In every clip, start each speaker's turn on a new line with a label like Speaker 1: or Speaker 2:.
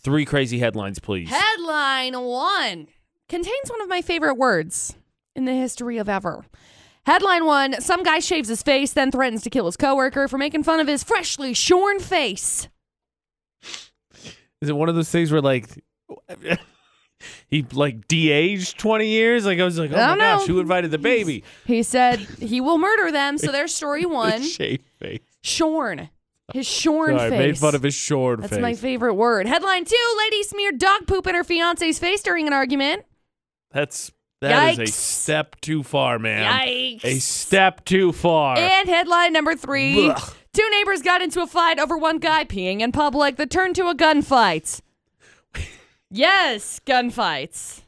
Speaker 1: Three crazy headlines, please.
Speaker 2: Headline one contains one of my favorite words in the history of ever. Headline one Some guy shaves his face, then threatens to kill his coworker for making fun of his freshly shorn face.
Speaker 1: Is it one of those things where like he like de-aged twenty years? Like I was like, oh
Speaker 2: I
Speaker 1: my
Speaker 2: don't know.
Speaker 1: gosh, who invited the baby?
Speaker 2: He said he will murder them. So there's story one
Speaker 1: Shaved face.
Speaker 2: shorn. His shorn
Speaker 1: Sorry,
Speaker 2: face.
Speaker 1: made fun of his short
Speaker 2: That's
Speaker 1: face.
Speaker 2: my favorite word. Headline two Lady smeared dog poop in her fiance's face during an argument.
Speaker 1: That's that is
Speaker 2: Yikes.
Speaker 1: a step too far, man.
Speaker 2: Yikes.
Speaker 1: A step too far.
Speaker 2: And headline number three
Speaker 1: Blech.
Speaker 2: Two neighbors got into a fight over one guy peeing in public that turned to a gunfight. yes, gunfights.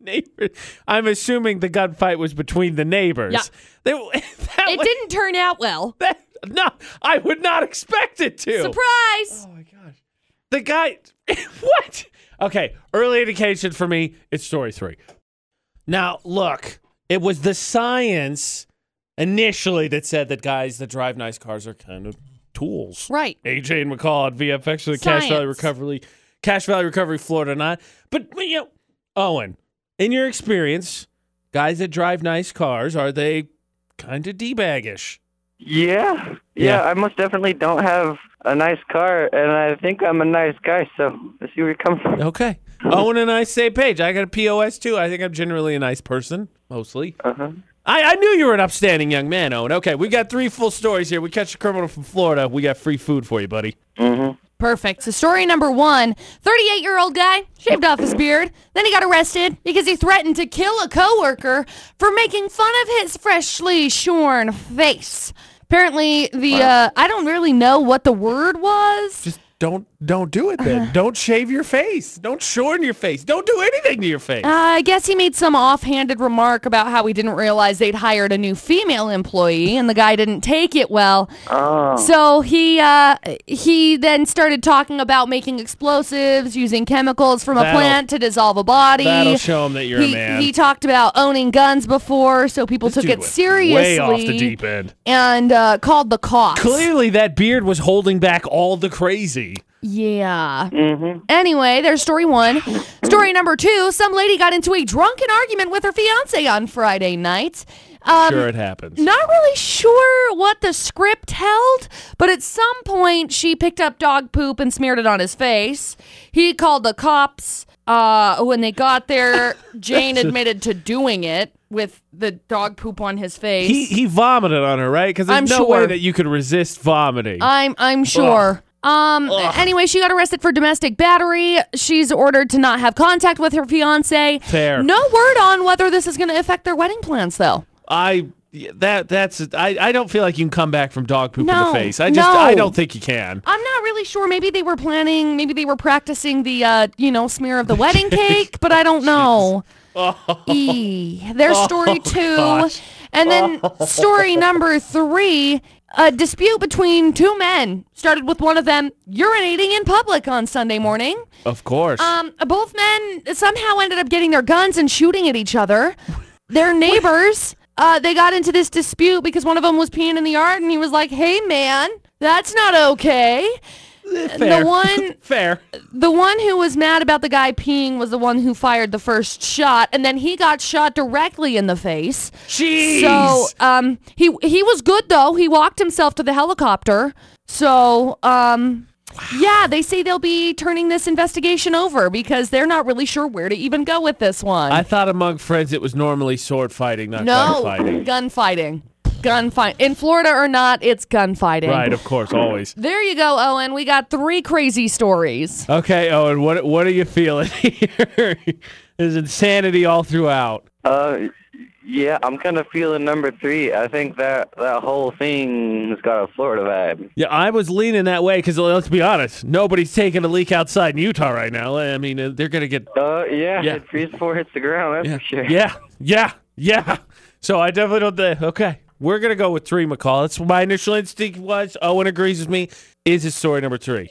Speaker 1: Neighbor- I'm assuming the gunfight was between the neighbors.
Speaker 2: Yeah.
Speaker 1: They, that
Speaker 2: It
Speaker 1: was-
Speaker 2: didn't turn out well.
Speaker 1: that- no, I would not expect it to.
Speaker 2: Surprise!
Speaker 1: Oh my gosh. The guy what? Okay, early indication for me, it's story 3. Now, look, it was the science initially that said that guys that drive nice cars are kind of tools.
Speaker 2: Right.
Speaker 1: AJ and McCall at VFX for the Cash Valley
Speaker 2: Science.
Speaker 1: Recovery Cash Valley Recovery Florida not. But but, you know, Owen, in your experience, guys that drive nice cars, are they kind of D-baggish?
Speaker 3: Yeah.
Speaker 1: Yeah.
Speaker 3: yeah, I most definitely don't have a nice car, and I think I'm a nice guy. So I see where you come from.
Speaker 1: Okay. Owen and I say page. I got a POS too. I think I'm generally a nice person, mostly.
Speaker 3: Uh-huh.
Speaker 1: I, I knew you were an upstanding young man, Owen. Okay, we got three full stories here. We catch a criminal from Florida. We got free food for you, buddy.
Speaker 2: Perfect. So, story number one 38 year old guy shaved off his beard. Then he got arrested because he threatened to kill a coworker for making fun of his freshly shorn face. Apparently, the uh, I don't really know what the word was.
Speaker 1: Just don't don't do it then. don't shave your face. Don't shorten your face. Don't do anything to your face.
Speaker 2: Uh, I guess he made some offhanded remark about how he didn't realize they'd hired a new female employee, and the guy didn't take it well.
Speaker 3: Oh,
Speaker 2: So he uh, he then started talking about making explosives, using chemicals from a
Speaker 1: That'll-
Speaker 2: plant to dissolve a body.
Speaker 1: That'll show him that you're
Speaker 2: he,
Speaker 1: a man.
Speaker 2: he talked about owning guns before, so people took
Speaker 1: Dude
Speaker 2: it
Speaker 1: went
Speaker 2: seriously
Speaker 1: Way off the deep end.
Speaker 2: and uh, called the cops.
Speaker 1: Clearly, that beard was holding back all the crazy.
Speaker 2: Um, Yeah. Anyway, there's story one. story number two some lady got into a drunken argument with her fiance on Friday night. Um,
Speaker 1: sure, it happens.
Speaker 2: Not really sure what the script held, but at some point she picked up dog poop and smeared it on his face. He called the cops. Uh, when they got there, Jane admitted to doing it with the dog poop on his face.
Speaker 1: he he vomited on her, right? Because there's
Speaker 2: I'm
Speaker 1: no
Speaker 2: sure.
Speaker 1: way that you could resist vomiting.
Speaker 2: I'm I'm sure. Um. Anyway, she got arrested for domestic battery. She's ordered to not have contact with her fiance.
Speaker 1: Fair.
Speaker 2: No word on whether this is going to affect their wedding plans, though.
Speaker 1: I that that's I, I don't feel like you can come back from dog poop in
Speaker 2: No,
Speaker 1: the face. I just
Speaker 2: no.
Speaker 1: I don't think you can.
Speaker 2: I'm not really sure. Maybe they were planning. Maybe they were practicing the uh, you know smear of the wedding cake, but I don't know. Eee. There's story two,
Speaker 1: Oh, gosh.
Speaker 2: and then story number three. A dispute between two men started with one of them urinating in public on Sunday morning.
Speaker 1: Of course.
Speaker 2: Um, both men somehow ended up getting their guns and shooting at each other. Their neighbors, uh, they got into this dispute because one of them was peeing in the yard, and he was like, "Hey, man, that's not okay."
Speaker 1: Fair.
Speaker 2: The one,
Speaker 1: Fair.
Speaker 2: the one who was mad about the guy peeing was the one who fired the first shot, and then he got shot directly in the face.
Speaker 1: Jeez.
Speaker 2: So, um, he he was good though. He walked himself to the helicopter. So, um, yeah, they say they'll be turning this investigation over because they're not really sure where to even go with this one.
Speaker 1: I thought among friends it was normally sword fighting, not gun
Speaker 2: no
Speaker 1: fighting.
Speaker 2: gunfighting, gunfight in Florida or not, it's gunfighting.
Speaker 1: Right, of course, always.
Speaker 2: There you go, Owen. We got three crazy stories.
Speaker 1: Okay, Owen, what what are you feeling here? There's insanity all throughout.
Speaker 3: uh, yeah, I'm kind of feeling number three. I think that that whole thing's got a Florida vibe.
Speaker 1: Yeah, I was leaning that way because let's be honest, nobody's taking a leak outside in Utah right now. I mean, uh, they're gonna get
Speaker 3: Uh, yeah,
Speaker 1: Yeah.
Speaker 3: it freeze before it hits the ground. That's
Speaker 1: Yeah.
Speaker 3: for sure.
Speaker 1: Yeah. Yeah. Yeah. So I definitely don't think. Okay. We're going to go with three, McCall. That's what my initial instinct was. Owen agrees with me. Is it story number three?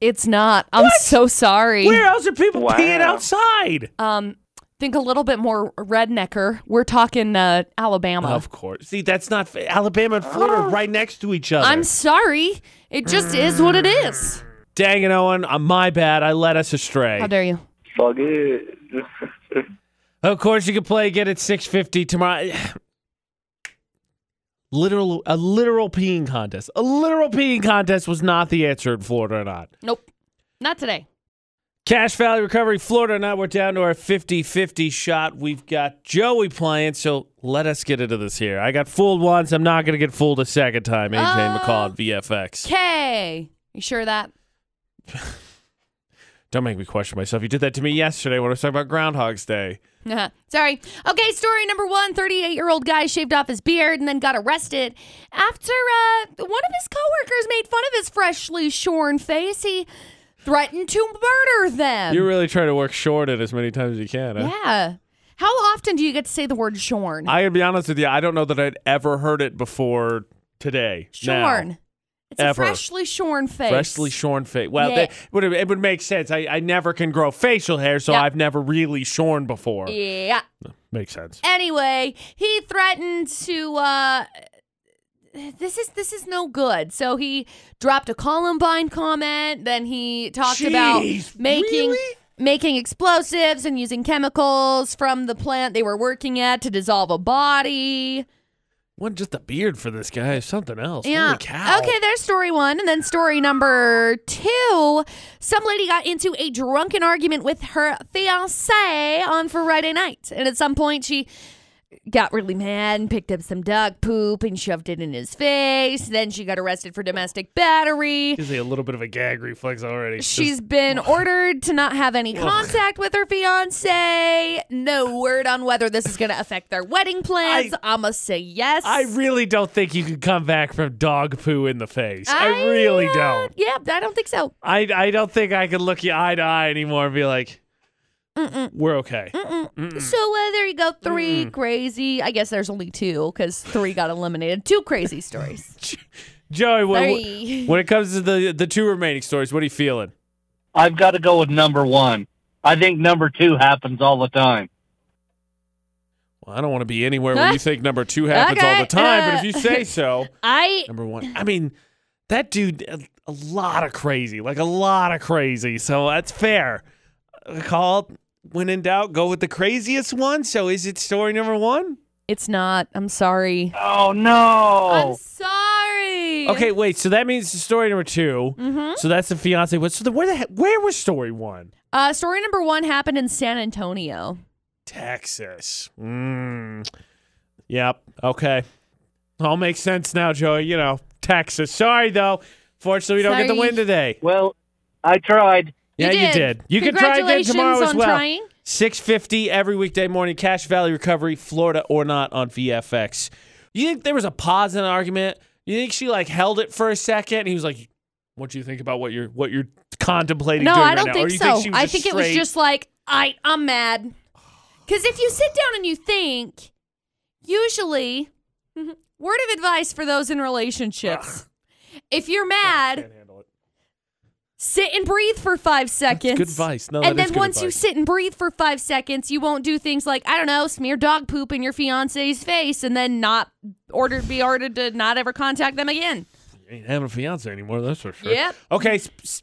Speaker 2: It's not. I'm so sorry.
Speaker 1: Where else are people
Speaker 3: Wow.
Speaker 1: peeing outside?
Speaker 2: um, think a little bit more rednecker. We're talking uh, Alabama.
Speaker 1: of course. See, that's not
Speaker 3: Oh.
Speaker 1: fa- Alabama and Florida are right next to each other.
Speaker 2: I'm sorry. It just is what it is.
Speaker 1: Dang it, Owen. Uh, my bad. I led us astray.
Speaker 2: How dare you?
Speaker 3: It's all good.
Speaker 1: Of course, you can play again at six fifty tomorrow. literal, a literal peeing contest. A literal peeing contest was not the answer in Florida or not.
Speaker 2: Nope. Not today.
Speaker 1: Cash Valley Recovery, Florida or not. We're down to our 50-50 shot. We've got Joey playing, so let us get into this here. I got fooled once. I'm not going to get fooled a second time. AJ
Speaker 2: Oh.
Speaker 1: McCall at VFX.
Speaker 2: Okay. You sure of that?
Speaker 1: Don't make me question myself. You did that to me yesterday when I was talking about Groundhog's Day.
Speaker 2: Uh-huh. Sorry. Okay, story number one 38 year old guy shaved off his beard and then got arrested after uh, one of his coworkers made fun of his freshly shorn face. He threatened to murder them.
Speaker 1: You're really trying to work short it as many times as you can. Huh?
Speaker 2: yeah. How often do you get to say the word shorn?
Speaker 1: I gotta be honest with you. I don't know that I'd ever heard it before today. now.
Speaker 2: shorn. it's a
Speaker 1: Ever.
Speaker 2: freshly shorn face.
Speaker 1: Freshly shorn face. Well,
Speaker 2: Yeah.
Speaker 1: that would it would make sense. I, I never can grow facial hair, so
Speaker 2: Yeah.
Speaker 1: I've never really shorn before.
Speaker 2: Yeah.
Speaker 1: Makes sense.
Speaker 2: Anyway, he threatened to uh this is this is no good. So he dropped a Columbine comment, then he talked
Speaker 1: Jeez,
Speaker 2: about making
Speaker 1: really?
Speaker 2: making explosives and using chemicals from the plant they were working at to dissolve a body.
Speaker 1: Wasn't just a beard for this guy. it's Something else.
Speaker 2: Yeah.
Speaker 1: Holy cow.
Speaker 2: Okay, there's story one. And then story number two some lady got into a drunken argument with her fiance on Friday night. And at some point, she got really mad and picked up some dog poop and shoved it in his face. Then she got arrested for domestic battery.
Speaker 1: Gives me a little bit of a gag reflex already. Just-
Speaker 2: She's been ordered to not have any contact with her fiance. No word on whether this is going to affect their wedding plans. I, am going to say yes.
Speaker 1: I really don't think you can come back from dog poo in the face. I,
Speaker 2: I,
Speaker 1: really
Speaker 2: uh,
Speaker 1: don't.
Speaker 2: Yeah, I don't think so.
Speaker 1: I I don't think I could look you eye to eye anymore and be like, we're okay. Mm.
Speaker 2: So uh, there you go. 3 crazy. I guess there's only two because three got eliminated. Two crazy stories.
Speaker 1: Joey,
Speaker 2: Sorry.
Speaker 1: when, when it comes to the the two remaining stories, what are you feeling?
Speaker 4: I've got to go with number one. I think number two happens all the time.
Speaker 1: Well, I don't want to be anywhere where you think number two happens all the
Speaker 2: Okay,
Speaker 1: time, but
Speaker 2: uh,
Speaker 1: if you say so,
Speaker 2: I
Speaker 1: number one. I mean, that dude, a, a lot of crazy, like a lot of crazy. So that's fair. Uh, Call when in doubt, go with the craziest one. So is it story number one?
Speaker 2: it's not. I'm sorry.
Speaker 4: Oh
Speaker 2: I'm
Speaker 4: no!
Speaker 2: sorry.
Speaker 1: Okay, wait. So that means story number 2
Speaker 2: Mhm.
Speaker 1: So that's the fiance. What? So the, where the he- where was story one?
Speaker 2: Uh, story number one happened in San Antonio.
Speaker 1: Texas. Mm. Yep. Okay. All makes sense now, Joey. You know, Texas. Sorry though. Fortunately, we don't get the
Speaker 2: Sorry.
Speaker 1: win today.
Speaker 4: Well, I tried.
Speaker 1: yeah, you did. You can try again tomorrow
Speaker 2: Congratulations
Speaker 1: as
Speaker 2: on
Speaker 1: well.
Speaker 2: trying.
Speaker 1: 650 every weekday morning, Cash Valley Recovery, Florida or not on VFX. You think there was a pause in the argument? You think she like held it for a second? And he was like, What do you think about what you're what you're contemplating
Speaker 2: No,
Speaker 1: doing
Speaker 2: I
Speaker 1: right
Speaker 2: don't
Speaker 1: now? Or
Speaker 2: think
Speaker 1: you
Speaker 2: so.
Speaker 1: she
Speaker 2: I
Speaker 1: just
Speaker 2: think it was
Speaker 1: straight-
Speaker 2: just like I I'm mad. Cuz if you sit down and you think, usually word of advice for those in relationships. if you're mad,
Speaker 1: Can't handle it.
Speaker 2: sit and breathe for 5 seconds.
Speaker 1: Good advice. No,
Speaker 2: and
Speaker 1: that is
Speaker 2: then
Speaker 1: good
Speaker 2: once you
Speaker 1: advice.
Speaker 2: sit and breathe for five seconds, you won't do things like I don't know, smear dog poop in your fiance's face, and then not ordered be ordered to not ever contact them again.
Speaker 1: you ain't having a fiance anymore, that's for sure.
Speaker 2: Yep.
Speaker 1: Okay, s- s-